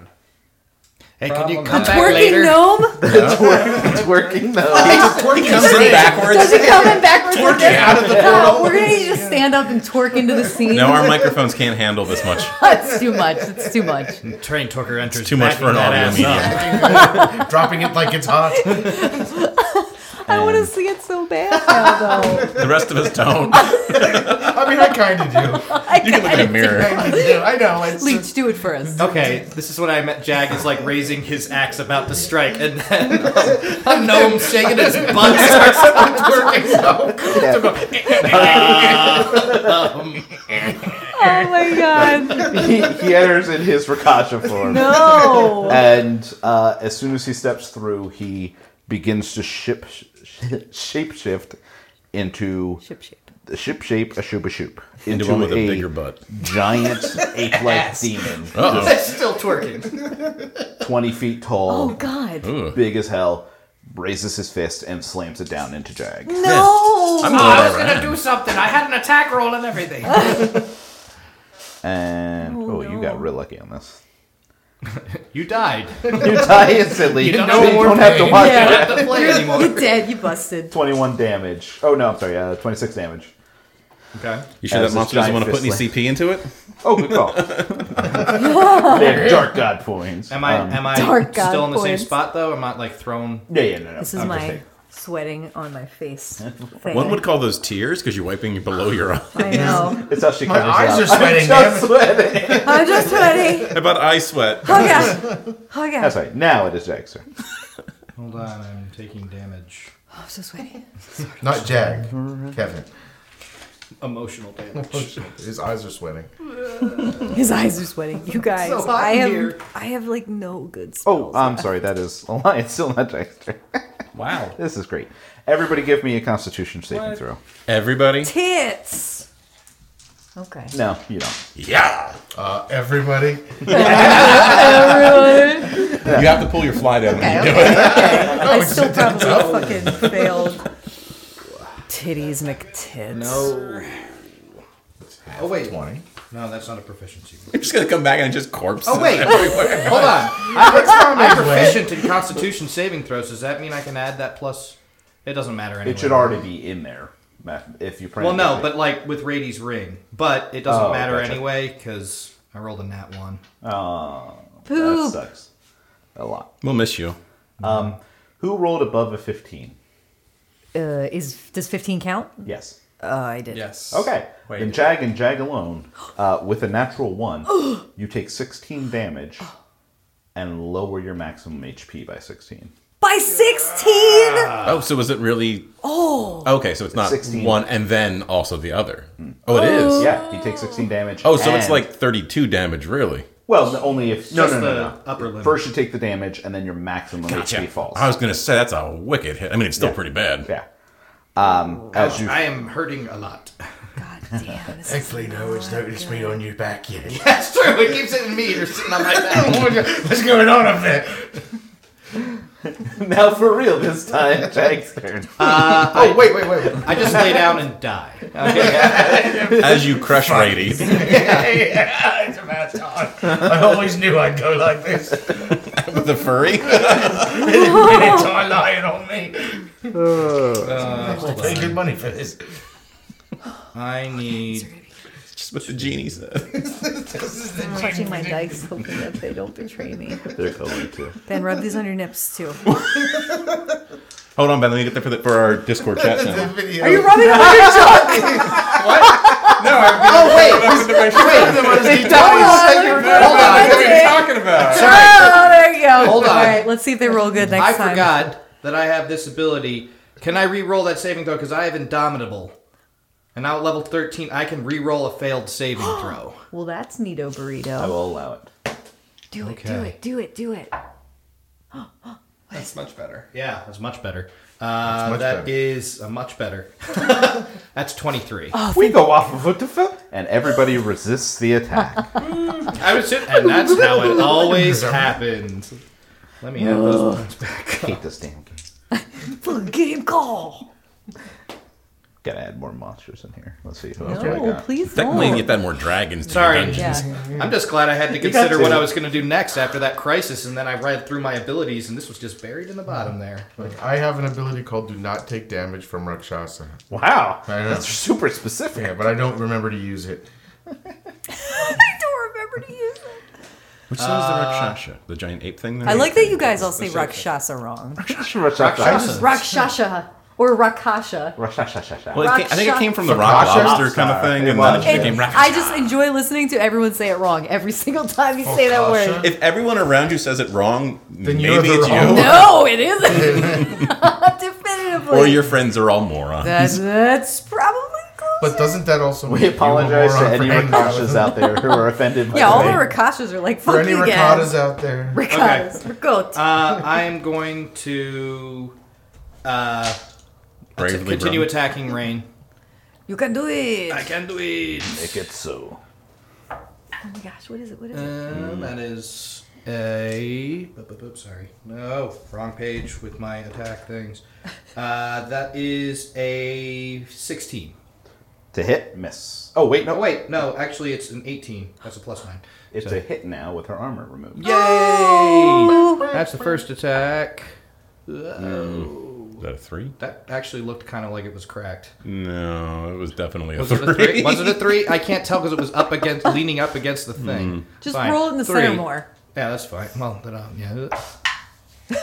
Speaker 4: Hey, can you come back
Speaker 3: Working
Speaker 4: later?
Speaker 3: gnome?
Speaker 2: It's working though.
Speaker 6: He comes in
Speaker 3: Does
Speaker 6: backwards.
Speaker 3: he come in backwards? Twerking out of the portal. We're going to need you to stand up and twerk into the scene.
Speaker 6: Now our microphones can't handle this much.
Speaker 3: It's too much. It's too much.
Speaker 4: Train Torker enters.
Speaker 6: Too much for an audio
Speaker 4: backing that ass up.
Speaker 6: medium.
Speaker 7: Dropping it like it's hot.
Speaker 3: I want to see it so bad now, though.
Speaker 6: The rest of us don't.
Speaker 7: I mean, I kind of do.
Speaker 6: You can look in a mirror.
Speaker 7: I do. I know. It's
Speaker 3: Leech, do it for us.
Speaker 4: Okay, this is what I meant. Jag is like raising his axe about to strike, and then a gnome shaking his butt starts
Speaker 7: working out.
Speaker 3: Oh my god.
Speaker 2: he, he enters in his Rakasha form.
Speaker 3: No.
Speaker 2: and uh, as soon as he steps through, he begins to ship sh- shapeshift into
Speaker 3: Ship shape.
Speaker 2: the ship shape a shoop a shoop
Speaker 6: Into one with a bigger butt.
Speaker 2: giant ape-like demon,
Speaker 4: Oh.
Speaker 6: Uh
Speaker 4: still twerking.
Speaker 2: twenty feet tall,
Speaker 3: Oh god.
Speaker 6: oh.
Speaker 2: big as hell. Raises his fist and slams it down into Jag.
Speaker 3: Oh, No.
Speaker 6: I'm glad I ran.
Speaker 4: do something. I had an attack roll and everything.
Speaker 2: And oh,
Speaker 3: Oh,
Speaker 2: you
Speaker 3: no.
Speaker 2: got real lucky on this.
Speaker 4: You died. You
Speaker 2: You die instantly.
Speaker 4: You
Speaker 2: so
Speaker 4: don't know
Speaker 2: don't
Speaker 4: we're
Speaker 2: have to
Speaker 7: paid.
Speaker 2: watch
Speaker 3: Yeah.
Speaker 4: don't have to play anymore.
Speaker 3: You're dead. You busted.
Speaker 2: twenty-one damage. Oh no, I'm sorry. Uh, twenty-six damage.
Speaker 4: Okay.
Speaker 6: You sure
Speaker 2: As
Speaker 6: that monster doesn't
Speaker 2: giant
Speaker 6: want to put any
Speaker 2: fist
Speaker 6: CP into it?
Speaker 2: Oh, good call. They're dark god points.
Speaker 4: Am I
Speaker 2: Um,
Speaker 4: am I
Speaker 3: Dark god
Speaker 4: still in the same
Speaker 3: points.
Speaker 4: spot though? Am I like thrown?
Speaker 2: Yeah, yeah, no, no.
Speaker 3: This is
Speaker 2: I'm just
Speaker 3: my
Speaker 2: saying.
Speaker 3: sweating on my face. thing.
Speaker 6: One would call those tears because you're wiping below your eye.
Speaker 3: I know.
Speaker 2: It's how she
Speaker 7: My
Speaker 2: covers
Speaker 7: eyes
Speaker 2: it
Speaker 7: are
Speaker 2: up.
Speaker 7: sweating.
Speaker 2: I'm
Speaker 7: damn
Speaker 2: just
Speaker 7: it.
Speaker 2: sweating.
Speaker 3: I'm just sweaty.
Speaker 6: How about eye sweat?
Speaker 3: Oh god. Oh
Speaker 2: That's
Speaker 3: god.
Speaker 2: right. Now it is Dexter.
Speaker 4: Hold on, I'm taking damage.
Speaker 3: I'm so sweaty.
Speaker 7: Not Jag. Kevin.
Speaker 4: Emotional damage.
Speaker 7: His eyes are sweating.
Speaker 3: His eyes are sweating. You guys,
Speaker 4: so hot
Speaker 3: I
Speaker 4: in
Speaker 3: have
Speaker 4: here.
Speaker 3: I have like no good
Speaker 2: Oh,
Speaker 3: spells.
Speaker 2: I'm sorry. That is a lie. It's still not Dexter.
Speaker 5: Wow.
Speaker 2: This is great. Everybody, give me a Constitution saving throw.
Speaker 6: Everybody?
Speaker 3: Tits. Okay.
Speaker 2: No, you don't.
Speaker 6: Yeah.
Speaker 7: Uh, everybody,
Speaker 6: You have to pull your fly down when you do it.
Speaker 3: I still probably fucking failed. Titties McTits.
Speaker 4: No. Oh wait.
Speaker 7: twenty.
Speaker 4: No, that's not a proficiency.
Speaker 6: You're just gonna come back and just corpse.
Speaker 4: Oh wait. Hold on. I'm, I'm proficient in Constitution saving throws. Does that mean I can add that plus? It doesn't matter anyway.
Speaker 2: It should already be in there math- if you print.
Speaker 4: Well, no, but like with Rady's ring, but it doesn't
Speaker 2: Oh,
Speaker 4: matter
Speaker 2: gotcha.
Speaker 4: anyway because I rolled a nat one.
Speaker 2: that
Speaker 3: Poop.
Speaker 2: sucks a lot.
Speaker 6: We'll miss you.
Speaker 2: Who rolled above a fifteen?
Speaker 3: Uh, is does 15 count?
Speaker 2: Yes.
Speaker 3: Oh, I did.
Speaker 5: Yes.
Speaker 2: Okay.
Speaker 5: Wait.
Speaker 2: Then Jag and Jag alone, uh, with a natural one, you take sixteen damage, and lower your maximum HP by sixteen.
Speaker 3: By 16?
Speaker 6: Oh, so is it really? Oh. Okay, so it's not
Speaker 2: 16.
Speaker 6: one and then also the other. Oh, it is.
Speaker 2: Yeah, you take sixteen damage.
Speaker 6: Oh, so it's
Speaker 2: and-
Speaker 6: like 32 damage, really.
Speaker 2: well, no, only if no,
Speaker 4: Just
Speaker 2: no, no,
Speaker 4: the
Speaker 2: no.
Speaker 4: upper limit.
Speaker 2: First, you take the damage, and then your maximum HP falls.
Speaker 6: I was gonna say that's a wicked hit. I mean, it's still pretty bad.
Speaker 2: yeah. Um, as you
Speaker 4: I am hurting a lot.
Speaker 3: God damn. This is
Speaker 7: Thankfully, no one's noticed me on your back yet.
Speaker 4: That's true. It keeps hitting me. You're sitting on my back.
Speaker 7: What's going on up there?
Speaker 2: now for real this time, Jag's turn.
Speaker 4: oh wait, wait, wait, wait. I just lay down and die.
Speaker 6: As you crush Brady,
Speaker 7: it's about time. I always knew I'd go like this.
Speaker 6: with the furry.
Speaker 7: Minutes are lying on me. I'll pay good money for this.
Speaker 4: I need.
Speaker 6: Just with the genies.
Speaker 3: I'm watching my dice, hoping that they don't betray me.
Speaker 2: They're going to.
Speaker 3: Ben, rub these on your nips too.
Speaker 6: Hold on, Ben. Let me get that for, the, for our Discord chat now.
Speaker 7: video.
Speaker 3: Are you rubbing on your junk?
Speaker 4: Oh wait.
Speaker 6: Hold
Speaker 4: on,
Speaker 6: what are you talking about?
Speaker 3: Oh, there you go.
Speaker 4: Hold on.
Speaker 3: All right, let's see if they roll good next
Speaker 4: I
Speaker 3: time.
Speaker 4: forgot that I have this ability. Can I re-roll that saving throw? Because I have Indomitable, and now at level thirteen, I can re-roll a failed saving throw.
Speaker 3: Well, that's Neato Burrito.
Speaker 2: I will allow it.
Speaker 3: Do it, do
Speaker 4: Okay.
Speaker 3: it, do it, do it.
Speaker 5: That's much better.
Speaker 4: Yeah, that's much better. Uh,
Speaker 7: much
Speaker 4: that
Speaker 7: better.
Speaker 4: is, uh, much better. that's twenty-three.
Speaker 2: we go off of what the fuck? And everybody resists the attack.
Speaker 4: I was sit, and that's how it always happens. Let me have those points back.
Speaker 2: hate this damn game.
Speaker 3: Full game call.
Speaker 2: Gotta add more monsters in here. Let's see who else do I
Speaker 3: No,
Speaker 2: got.
Speaker 3: please
Speaker 6: Technically, you
Speaker 3: don't.
Speaker 6: can get that more dragons. to your
Speaker 4: Sorry.
Speaker 6: dungeon.
Speaker 3: yeah.
Speaker 4: I'm just glad I had to consider
Speaker 2: to.
Speaker 4: what I was going to do next after that crisis, and then I read through my abilities, and this was just buried in the bottom there.
Speaker 7: Like, I have an ability called Do Not Take Damage from Rakshasa.
Speaker 2: Wow,
Speaker 7: I know.
Speaker 2: that's super specific.
Speaker 7: Yeah, but I don't remember to use it.
Speaker 3: I don't remember to use it.
Speaker 6: Which one is the Rakshasha? The giant ape thing? There?
Speaker 3: I like that you guys all say Rakshasa wrong.
Speaker 2: Rakshasa.
Speaker 3: Rakshasha or Rakasha.
Speaker 2: Rakshasa.
Speaker 6: Well, it came, I think it came from the rock
Speaker 7: Rakshasha?
Speaker 6: lobster kind of thing,
Speaker 2: It
Speaker 6: and then it
Speaker 2: was.
Speaker 6: just became
Speaker 3: And
Speaker 6: Rakshasha.
Speaker 3: I just enjoy listening to everyone say it wrong every single time you say that
Speaker 7: Rakshasha?
Speaker 3: word.
Speaker 6: If everyone around you says it wrong,
Speaker 7: you're
Speaker 6: maybe
Speaker 7: the
Speaker 6: it's
Speaker 7: wrong
Speaker 6: you,
Speaker 7: one.
Speaker 3: No, it isn't. Definitively.
Speaker 6: or your friends are all morons.
Speaker 3: That's, that's probably close.
Speaker 7: But doesn't that also
Speaker 2: we apologize to any Rakashas
Speaker 7: Rakashas
Speaker 2: out there who are offended by
Speaker 3: yeah, all the
Speaker 2: that.
Speaker 3: Rakashas are like, fuck
Speaker 7: For any
Speaker 3: you
Speaker 7: Rakatas
Speaker 3: guys.
Speaker 7: out there.
Speaker 3: Rakatas. Rakot.
Speaker 4: Uh, I am going to uh,
Speaker 6: Bravely
Speaker 4: continue
Speaker 6: Brave.
Speaker 4: attacking Rain.
Speaker 3: you can do it.
Speaker 4: I can do it.
Speaker 2: Make it so.
Speaker 3: oh my gosh, what is it? What is it?
Speaker 4: Um, that is a. boop, boop, boop, Sorry. No, wrong page with my attack things. Uh, that is a 16.
Speaker 2: To hit, miss. Oh wait,
Speaker 4: Oh,
Speaker 2: no,
Speaker 4: wait. No, actually, it's an 18. That's a plus 9.
Speaker 2: it's a hit now with her armor removed.
Speaker 4: Yay! That's the first attack.
Speaker 6: Is that a three?
Speaker 4: That actually looked kind of like it was cracked.
Speaker 6: No, it was definitely a
Speaker 4: Was
Speaker 6: three.
Speaker 4: it a three? Was it a three? I can't tell because it was up against, leaning up against the thing.
Speaker 3: Just
Speaker 4: Fine.
Speaker 3: roll it in the
Speaker 4: Three.
Speaker 3: center more.
Speaker 4: Yeah, that's fine. Well, then, um, yeah.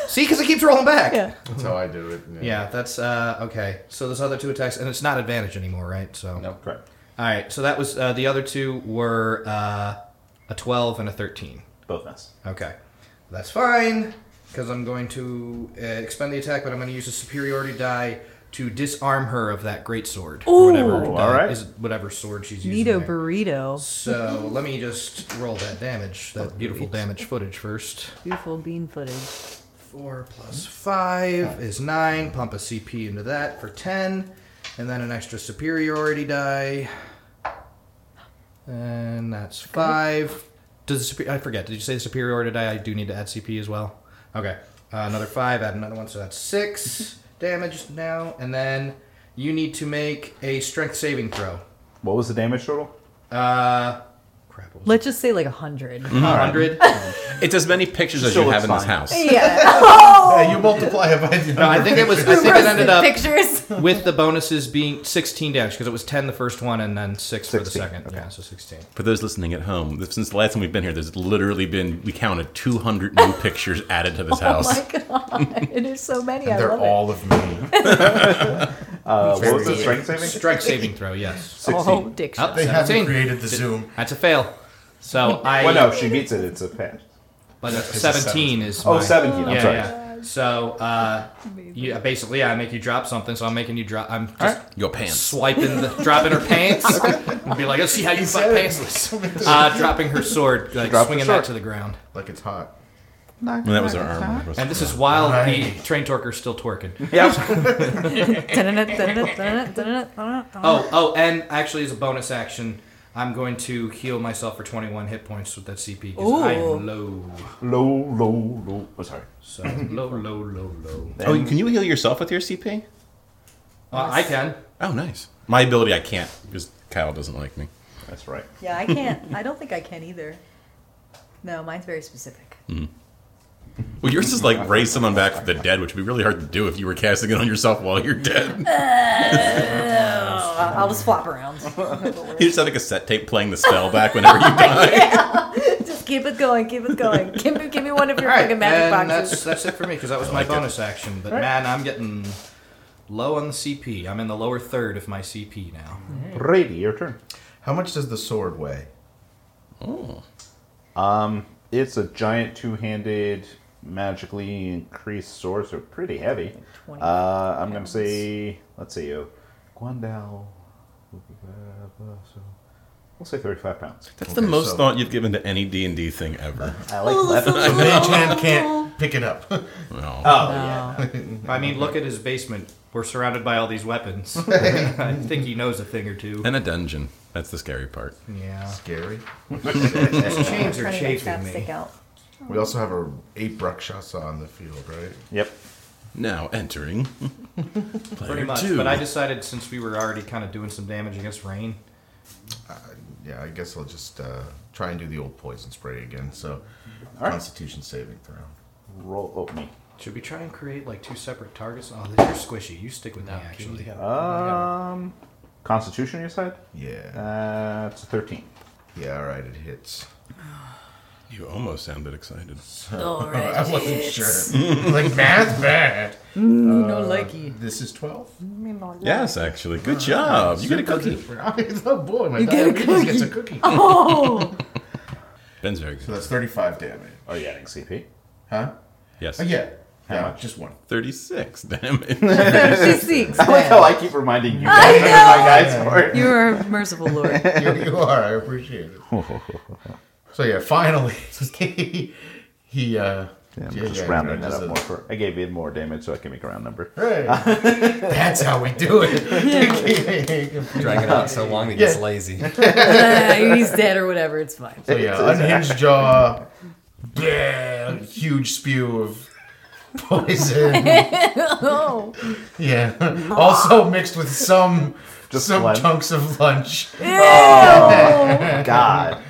Speaker 4: See, because it keeps rolling back.
Speaker 3: Yeah.
Speaker 7: That's how I do it.
Speaker 4: Yeah, that's uh, okay. So those other two attacks, and it's not advantage anymore, right? So no.
Speaker 2: Correct.
Speaker 4: All right. So that was uh, the other two were uh, a twelve and a thirteen.
Speaker 2: Both miss.
Speaker 4: Okay, that's fine because I'm going to uh, expend the attack, but I'm going to use a superiority die to disarm her of that great sword. Or whatever,
Speaker 2: Ooh,
Speaker 4: die-
Speaker 2: all right.
Speaker 4: is whatever sword she's using.
Speaker 3: Neato
Speaker 4: there.
Speaker 3: burrito.
Speaker 4: So let me just roll that damage,
Speaker 2: Oh,
Speaker 4: that beautiful damage footage first.
Speaker 3: Beautiful bean footage.
Speaker 4: Four plus five is nine. Pump a CP into that for ten, and then an extra superiority die. And that's five. Does the super- I forget? Did you say the superiority die? I do need to add CP as well. Okay, uh, another five. Add another one, so that's six damage now. And then you need to make a strength saving throw.
Speaker 2: What was the damage total?
Speaker 4: Uh, crap. What was
Speaker 3: Let's just say like a hundred.
Speaker 5: Mm-hmm.
Speaker 4: it? 100.
Speaker 6: It's as many pictures as
Speaker 2: Still
Speaker 6: you have in
Speaker 2: looks
Speaker 6: this
Speaker 2: fine.
Speaker 6: house.
Speaker 3: yeah.
Speaker 7: Yeah, you multiply it by the number.
Speaker 4: No, I think it was. I think it ended up
Speaker 3: Pictures.
Speaker 4: with the bonuses being 16 damage because it was 10 the first one and then six for the
Speaker 2: 16,
Speaker 4: second. Yeah, so 16.
Speaker 6: For those listening at home, th- since the last time we've been here, there's literally been we counted 200 new pictures added to this house.
Speaker 3: Oh There's so many. I
Speaker 7: They're
Speaker 3: love
Speaker 7: all of me.
Speaker 2: Uh, what was the
Speaker 7: Very
Speaker 2: strength saving?
Speaker 4: Strike saving throw. Yes.
Speaker 3: it.
Speaker 2: 16.
Speaker 3: Oh, diction.
Speaker 4: Up,
Speaker 7: They
Speaker 4: 17.
Speaker 7: haven't created the Zoom.
Speaker 4: That's a fail. So I.
Speaker 2: Well, no, if she beats it. It's a pass.
Speaker 4: But
Speaker 7: it's a
Speaker 4: 17 is.
Speaker 2: Oh,
Speaker 4: my-
Speaker 2: 17. I'm
Speaker 4: Yeah,
Speaker 2: sorry.
Speaker 4: yeah. So uh, you, basically, yeah, I make you drop something. So I'm making you drop. I'm just
Speaker 6: Your pants.
Speaker 4: swiping, the, dropping her pants. and be like, let's see how you fight pantsless. Uh, dropping her sword, like
Speaker 2: Drop the
Speaker 4: swinging
Speaker 2: sword.
Speaker 4: that to the ground.
Speaker 7: Like it's hot.
Speaker 6: Well, that was our armor.
Speaker 4: And this is while the
Speaker 7: Alright.
Speaker 4: train torquer's still twerking.
Speaker 3: Oh,
Speaker 4: Oh, oh, and actually, as a bonus action, I'm going to heal myself for 21 hit points with that CP because I
Speaker 3: Ooh.
Speaker 4: am low.
Speaker 2: Low, low, low. Oh, sorry.
Speaker 4: So low, low, low, low.
Speaker 6: Oh, can you heal yourself with your CP?
Speaker 4: Uh, I can.
Speaker 6: Oh, nice. My ability, I can't because Kyle doesn't like me.
Speaker 2: That's right.
Speaker 3: yeah, I can't. I don't think I can either. No, mine's very specific. Uh,
Speaker 6: Well, yours is like raise someone back from the dead, which would be really hard to do if you were casting it on yourself while you're dead.
Speaker 3: Oh, I- I'll just flop around.
Speaker 6: You just have like a set tape playing the spell back whenever you die.
Speaker 3: just keep it going. Keep it going. Give me, give me one of your
Speaker 4: All right,
Speaker 3: fucking magic
Speaker 4: and that's,
Speaker 3: boxes.
Speaker 4: that's it for me because that was my bonus action. But man, I'm getting low on the CP. I'm in the lower third of my CP now.
Speaker 2: Brady, your turn.
Speaker 7: How much does the sword weigh?
Speaker 2: It's a giant two-handed, magically increased sword, so pretty heavy.
Speaker 3: 20
Speaker 2: Uh, I'm gonna say, let's see, uh, Guandao. so We'll say 35 pounds.
Speaker 6: That's the
Speaker 7: Okay,
Speaker 6: most
Speaker 7: so-
Speaker 6: thought you've given to any D and D thing ever.
Speaker 2: I
Speaker 3: Oh,
Speaker 2: like that.
Speaker 7: The mage hand can't pick it up.
Speaker 6: Well,
Speaker 2: Oh yeah.
Speaker 4: I mean, look at his basement. We're surrounded by all these weapons. I think he knows a thing or two.
Speaker 6: and a dungeon. That's the scary part.
Speaker 4: Yeah.
Speaker 7: Scary.
Speaker 4: His chains are
Speaker 3: Trying to make that
Speaker 4: chafing me.
Speaker 3: stick out.
Speaker 7: We also have a eight Brakshasa on the field, right?
Speaker 2: Yep.
Speaker 6: Now entering. player
Speaker 4: Pretty much.
Speaker 6: two.
Speaker 4: But I decided since we were already kind of doing some damage against rain.
Speaker 7: Yeah, I guess I'll just uh, try and do the old poison spray again. So, Constitution saving throw.
Speaker 2: Roll oh, me.
Speaker 4: Should we try and create like two separate targets? Oh, you're squishy. You stick with me, actually.
Speaker 7: Ah.
Speaker 2: Um, Constitution, you said.
Speaker 7: Yeah.
Speaker 2: Uh, it's a 13.
Speaker 7: Yeah, all right, it hits.
Speaker 6: you almost sounded excited.
Speaker 3: All
Speaker 7: I
Speaker 3: right.
Speaker 7: wasn't sure. like, math bad. Uh,
Speaker 3: No likey.
Speaker 7: This is 12.
Speaker 6: Yes, actually, good job. You get a cookie.
Speaker 7: oh boy, my
Speaker 3: You get a
Speaker 7: diabetes gets a cookie.
Speaker 3: Oh,
Speaker 6: Ben's very
Speaker 7: So
Speaker 6: good.
Speaker 7: that's 35 damage.
Speaker 2: Are you adding CP?
Speaker 7: Huh?
Speaker 6: Yes.
Speaker 7: Oh, yeah.
Speaker 2: How
Speaker 7: yeah,
Speaker 2: much?
Speaker 7: just one.
Speaker 6: Thirty-six. Damn it.
Speaker 3: she seeks.
Speaker 2: I like how Oh, I keep reminding you
Speaker 3: I
Speaker 2: guys of
Speaker 3: know.
Speaker 2: my guys
Speaker 3: You are a merciful Lord.
Speaker 7: you, you are. I appreciate it. so yeah, finally, he. uh
Speaker 2: Yeah, I'm
Speaker 7: yeah,
Speaker 2: just
Speaker 7: yeah,
Speaker 2: rounding that
Speaker 7: just
Speaker 2: up
Speaker 7: a-
Speaker 2: more. For, I gave you more damage, so I can make a round number.
Speaker 7: Hey, that's how we do it.
Speaker 5: Drag it out so long that he gets lazy.
Speaker 3: Uh, he's dead or whatever. It's fine.
Speaker 7: so yeah, unhinged jaw, bleh, huge spew of poison.
Speaker 3: Oh,
Speaker 7: yeah, also mixed with some
Speaker 2: Just
Speaker 7: some
Speaker 2: one.
Speaker 7: chunks of lunch.
Speaker 2: God,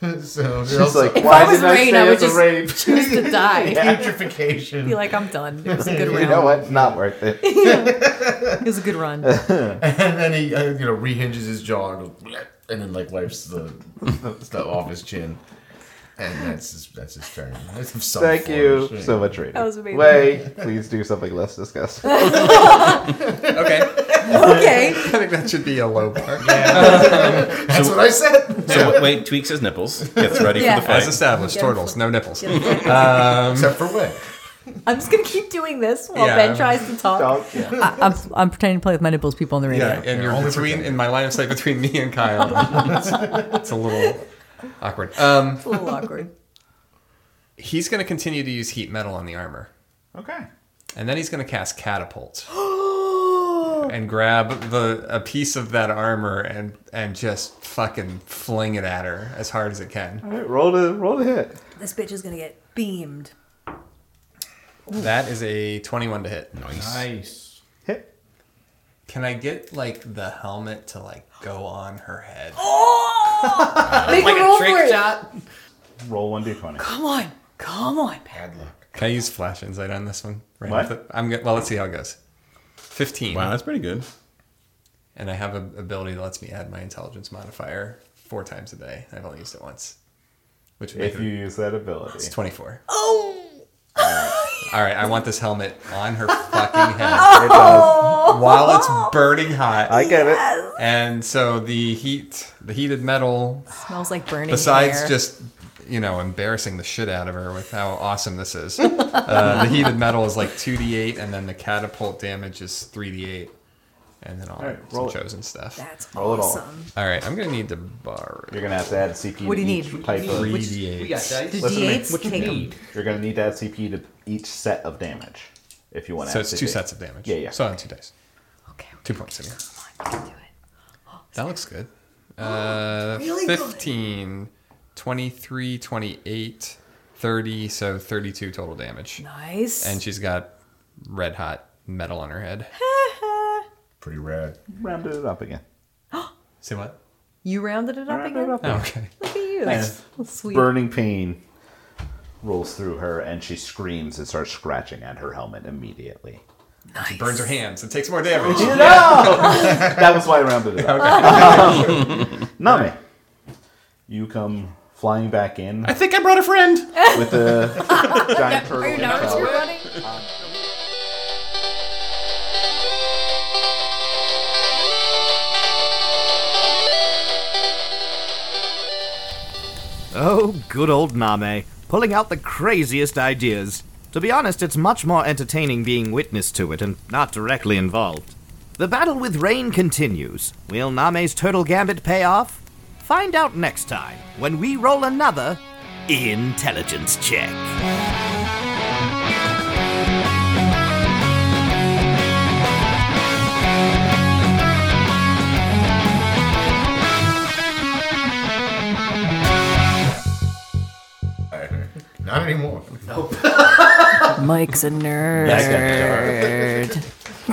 Speaker 7: So they're
Speaker 2: it's
Speaker 7: also
Speaker 2: like why
Speaker 3: I was
Speaker 2: did I
Speaker 3: Rain,
Speaker 2: say
Speaker 3: I would
Speaker 2: it's a
Speaker 3: just-
Speaker 2: rape?
Speaker 3: choose to die.
Speaker 7: putrefaction.
Speaker 3: Be like, I'm done. It was a good
Speaker 2: You know
Speaker 3: round.
Speaker 2: what? It's Not worth it.
Speaker 3: It was a good run.
Speaker 7: And then he, uh, you know, rehinges his jaw and, goes, "Bleh," and then like wipes the stuff off his chin. And that's his, that's his turn. That's some
Speaker 2: Thank
Speaker 7: form
Speaker 2: you
Speaker 7: of shame.
Speaker 2: so much, Rain.
Speaker 3: That was amazing.
Speaker 2: Way, please do something less disgusting.
Speaker 5: Okay,
Speaker 3: Okay.
Speaker 5: I think that should be a low bar.
Speaker 7: That's what I said.
Speaker 6: so wait, wait, tweaks his nipples. Gets ready
Speaker 3: Yeah.
Speaker 6: for the
Speaker 5: As
Speaker 6: fight.
Speaker 5: established,
Speaker 3: Get him
Speaker 5: turtles, no nipples.
Speaker 7: Except for what?
Speaker 3: I'm just going to keep doing this while
Speaker 5: Yeah.
Speaker 3: Ben tries to talk.
Speaker 2: Dog, yeah.
Speaker 3: I, I'm, I'm pretending to play with my nipples, people on the radio.
Speaker 5: Yeah, and you're between in my line of sight between me and Kyle. It's- it's a little awkward. Um,
Speaker 3: It's a little awkward.
Speaker 5: he's going to continue to use heat metal on the armor,
Speaker 2: Okay.
Speaker 5: and then he's going to cast catapult. and grab the a piece of that armor and and just fucking fling it at her as hard as it can.
Speaker 2: All right, roll to roll to hit.
Speaker 3: This bitch is gonna get beamed.
Speaker 5: That is a twenty-one to hit.
Speaker 6: Nice.
Speaker 4: Nice.
Speaker 2: Hit.
Speaker 5: Can I get like the helmet to like go on her head?
Speaker 3: Make a roll for it.
Speaker 2: Roll one d twenty.
Speaker 3: Come on, come on, Pat.
Speaker 7: Padlock.
Speaker 5: Can I use flash insight on this one? Right
Speaker 2: What?
Speaker 5: off the- I'm good. Well, let's see how it goes. Fifteen.
Speaker 6: Wow, that's pretty good.
Speaker 5: And I have an ability that lets me add my intelligence modifier four times a day. I've only used it once, which would make
Speaker 2: If
Speaker 5: it
Speaker 2: you use that
Speaker 5: it's
Speaker 2: ability,
Speaker 5: twenty-four. Oh. All right, I want this helmet on her fucking head.
Speaker 2: it does.
Speaker 5: while it's burning hot.
Speaker 2: Oh. I get it.
Speaker 5: and so the heat, the heated metal,
Speaker 3: Smells like burning.
Speaker 5: besides
Speaker 3: hair.
Speaker 5: just you know embarrassing the shit out of her with how awesome this is, uh, the heated metal is like two d eight, and then the catapult damage is three d eight, and then all,
Speaker 2: right,
Speaker 5: some
Speaker 2: roll it.
Speaker 5: chosen stuff.
Speaker 3: that's
Speaker 2: Roll it all.
Speaker 3: awesome.
Speaker 5: All right, I'm gonna need to borrow
Speaker 2: You're gonna have to add CP.
Speaker 3: What
Speaker 2: to
Speaker 3: do you
Speaker 2: each
Speaker 3: need?
Speaker 2: Type of.
Speaker 5: three d eight.
Speaker 3: The
Speaker 2: Listen to me.
Speaker 3: d8s
Speaker 4: What you
Speaker 3: take 'em.
Speaker 4: need?
Speaker 2: You're gonna need to add CP to each set of damage if you want to.
Speaker 5: So it's two sets of damage.
Speaker 2: Yeah, yeah.
Speaker 5: So on two dice,
Speaker 3: Okay,
Speaker 5: two points in here.
Speaker 3: come on, you can do it.
Speaker 5: That looks good. Uh,
Speaker 3: really good.
Speaker 5: 15, 23, 28, 30, so 32 total damage.
Speaker 3: Nice.
Speaker 5: And she's got red hot metal on her head.
Speaker 7: Pretty rad.
Speaker 2: Rounded it up again.
Speaker 5: Say what?
Speaker 3: you rounded it up
Speaker 2: Rounded
Speaker 3: again.
Speaker 2: it
Speaker 3: Look
Speaker 2: up.
Speaker 5: Oh, okay.
Speaker 3: at you. Sweet.
Speaker 2: Burning pain rolls through her, and she screams and starts scratching at her helmet immediately.
Speaker 3: nice.
Speaker 5: Burns her hands. It takes more damage.
Speaker 2: That was why I rounded it up. Nami, you come flying back in
Speaker 6: I think I brought a friend.
Speaker 2: with a giant turtle. in
Speaker 3: nervous,
Speaker 2: tow.
Speaker 3: everybody?
Speaker 1: Oh, good old Name, pulling out the craziest ideas. To be honest, it's much more entertaining being witness to it and not directly involved. The battle with rain continues. Will Name's turtle gambit pay off? Find out next time when we roll another intelligence check.
Speaker 7: Not anymore.
Speaker 3: Mike's a nerd.
Speaker 2: That's kinda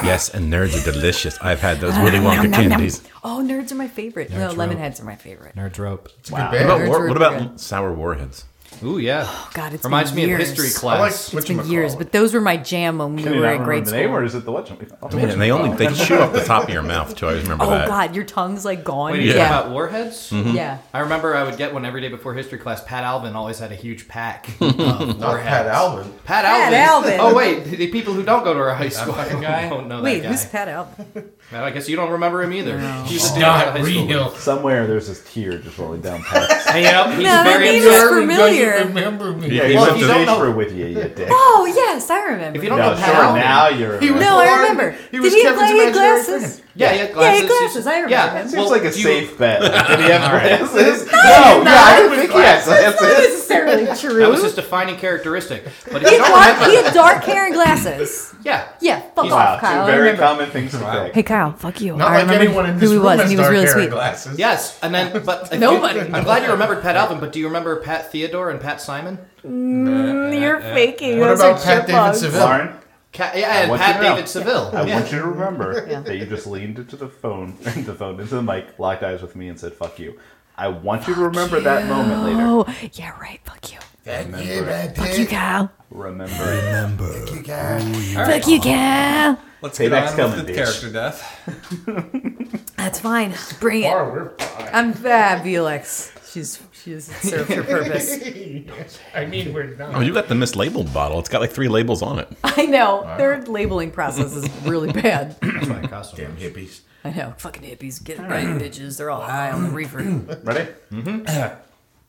Speaker 6: Yes, and nerds are delicious. I've had those Willy Wonka
Speaker 3: Uh, Nom, nom.
Speaker 6: candies.
Speaker 3: Oh, nerds are my favorite. no,
Speaker 4: rope.
Speaker 3: lemon heads are my favorite.
Speaker 4: Nerd rope.
Speaker 7: It's a good band.
Speaker 6: What about,
Speaker 3: Nerds
Speaker 6: war-
Speaker 3: were
Speaker 6: what about
Speaker 3: good.
Speaker 6: sour warheads?
Speaker 4: Ooh yeah.
Speaker 3: God, it's
Speaker 4: Reminds
Speaker 3: been
Speaker 4: me
Speaker 3: years.
Speaker 4: of history
Speaker 7: I like
Speaker 4: class.
Speaker 7: switch
Speaker 3: It's been years, but those were my jam when we
Speaker 2: Can you
Speaker 3: were
Speaker 2: not
Speaker 3: in
Speaker 2: remember
Speaker 3: grade
Speaker 2: the
Speaker 3: school.
Speaker 2: name, or is it the whatchamacallit?
Speaker 6: Man, and they only they chew up the top of your mouth too. I always remember
Speaker 3: oh
Speaker 6: that.
Speaker 3: God, your tongue's like gone.
Speaker 4: Wait, you yeah.
Speaker 3: yeah,
Speaker 4: about warheads?
Speaker 3: yeah.
Speaker 4: I remember I would get one every day before history class. Pat Alvin always had a huge pack of warheads.
Speaker 7: Not Pat Alvin.
Speaker 3: Pat
Speaker 4: Pat Alvin.
Speaker 3: Alvin.
Speaker 4: Oh wait, the people who don't go to our high school don't know
Speaker 3: Wait,
Speaker 4: that guy.
Speaker 3: who's Pat Albin?
Speaker 4: Man, I guess you don't remember him either. He's a dude out of
Speaker 7: Not
Speaker 4: high school.
Speaker 7: real.
Speaker 2: Somewhere there's this tear just rolling down past.
Speaker 4: Hey, yep, he's
Speaker 3: No, that
Speaker 4: very
Speaker 3: name
Speaker 4: observant.
Speaker 3: is familiar.
Speaker 7: Remember me?
Speaker 6: Yeah,
Speaker 2: you
Speaker 6: Well,
Speaker 2: went
Speaker 4: if you
Speaker 2: to
Speaker 4: don't
Speaker 2: the
Speaker 4: know-
Speaker 2: room with you, you dick.
Speaker 3: Oh yes, I remember.
Speaker 4: If you don't
Speaker 2: No,
Speaker 4: know
Speaker 2: sure,
Speaker 4: Pat Alvin,
Speaker 2: now you're.
Speaker 7: He was
Speaker 3: no, I
Speaker 7: born-
Speaker 3: remember.
Speaker 7: He
Speaker 3: Did
Speaker 7: was
Speaker 3: he have
Speaker 7: Kevin's
Speaker 3: gla- he had
Speaker 7: imaginary
Speaker 3: glasses?
Speaker 7: friend.
Speaker 4: yeah, yeah,
Speaker 3: Yeah, he
Speaker 4: glasses.
Speaker 3: had glasses, I remember
Speaker 4: yeah.
Speaker 3: him.
Speaker 2: Seems
Speaker 4: well,
Speaker 2: like a
Speaker 4: do you-
Speaker 2: safe bet. Like, did he have glasses? No, yeah, I would think he has
Speaker 3: Not
Speaker 2: glasses.
Speaker 3: necessarily true.
Speaker 4: That was his defining characteristic. But if
Speaker 3: he,
Speaker 4: you
Speaker 3: had
Speaker 4: don't
Speaker 3: dark,
Speaker 4: remember,
Speaker 3: he had dark hair and glasses.
Speaker 4: yeah,
Speaker 3: Yeah, fuck
Speaker 4: He's-
Speaker 2: Wow,
Speaker 3: off, Kyle.
Speaker 2: two
Speaker 3: I
Speaker 2: very
Speaker 3: remember.
Speaker 2: common things to pick.
Speaker 3: Hey Kyle, fuck you.
Speaker 7: Not
Speaker 3: I
Speaker 7: like
Speaker 3: remember
Speaker 7: anyone in this
Speaker 3: who he
Speaker 7: room
Speaker 3: was,
Speaker 7: has
Speaker 3: and he was
Speaker 7: dark
Speaker 3: really
Speaker 7: hair and
Speaker 3: sweet.
Speaker 7: glasses.
Speaker 4: yes. And then, but if you-
Speaker 3: Nobody.
Speaker 4: I'm glad you remembered Pat Alvin. But do you remember Pat Theodore and Pat Simon?
Speaker 3: You're faking.
Speaker 7: What
Speaker 3: Those
Speaker 7: about
Speaker 3: are
Speaker 7: Pat David
Speaker 3: chipmunks.
Speaker 7: Seville?
Speaker 2: Lauren,
Speaker 4: Ca- yeah, and
Speaker 2: want
Speaker 4: Pat
Speaker 2: you to know.
Speaker 4: David Seville.
Speaker 2: I
Speaker 4: Yeah.
Speaker 2: want you to remember that you just leaned into the phone, the phone into the mic, locked eyes with me, and said "fuck you." I want you to remember that moment later.
Speaker 3: Oh, yeah, right. Fuck you.
Speaker 7: That year I
Speaker 3: Fuck you,
Speaker 7: did.
Speaker 3: Kyle.
Speaker 2: Remember it.
Speaker 7: You guys.
Speaker 3: Fuck you, Kyle.
Speaker 5: Let's
Speaker 2: Hey,
Speaker 5: get
Speaker 2: next
Speaker 5: on
Speaker 2: coming,
Speaker 5: with the
Speaker 2: bitch.
Speaker 5: character death.
Speaker 3: That's fine. Bring it.
Speaker 7: Far, we're fine.
Speaker 3: I'm fab, Felix. She's she's served her purpose.
Speaker 7: I mean, we're
Speaker 6: Oh,
Speaker 7: not.
Speaker 6: you got the mislabeled bottle. It's got like three labels on it.
Speaker 3: I know their labeling process is really bad.
Speaker 4: That's why it costs so much.
Speaker 7: Damn hippies.
Speaker 3: I know. Fucking hippies, get it right, bitches. They're all high on the reefer.
Speaker 2: Ready?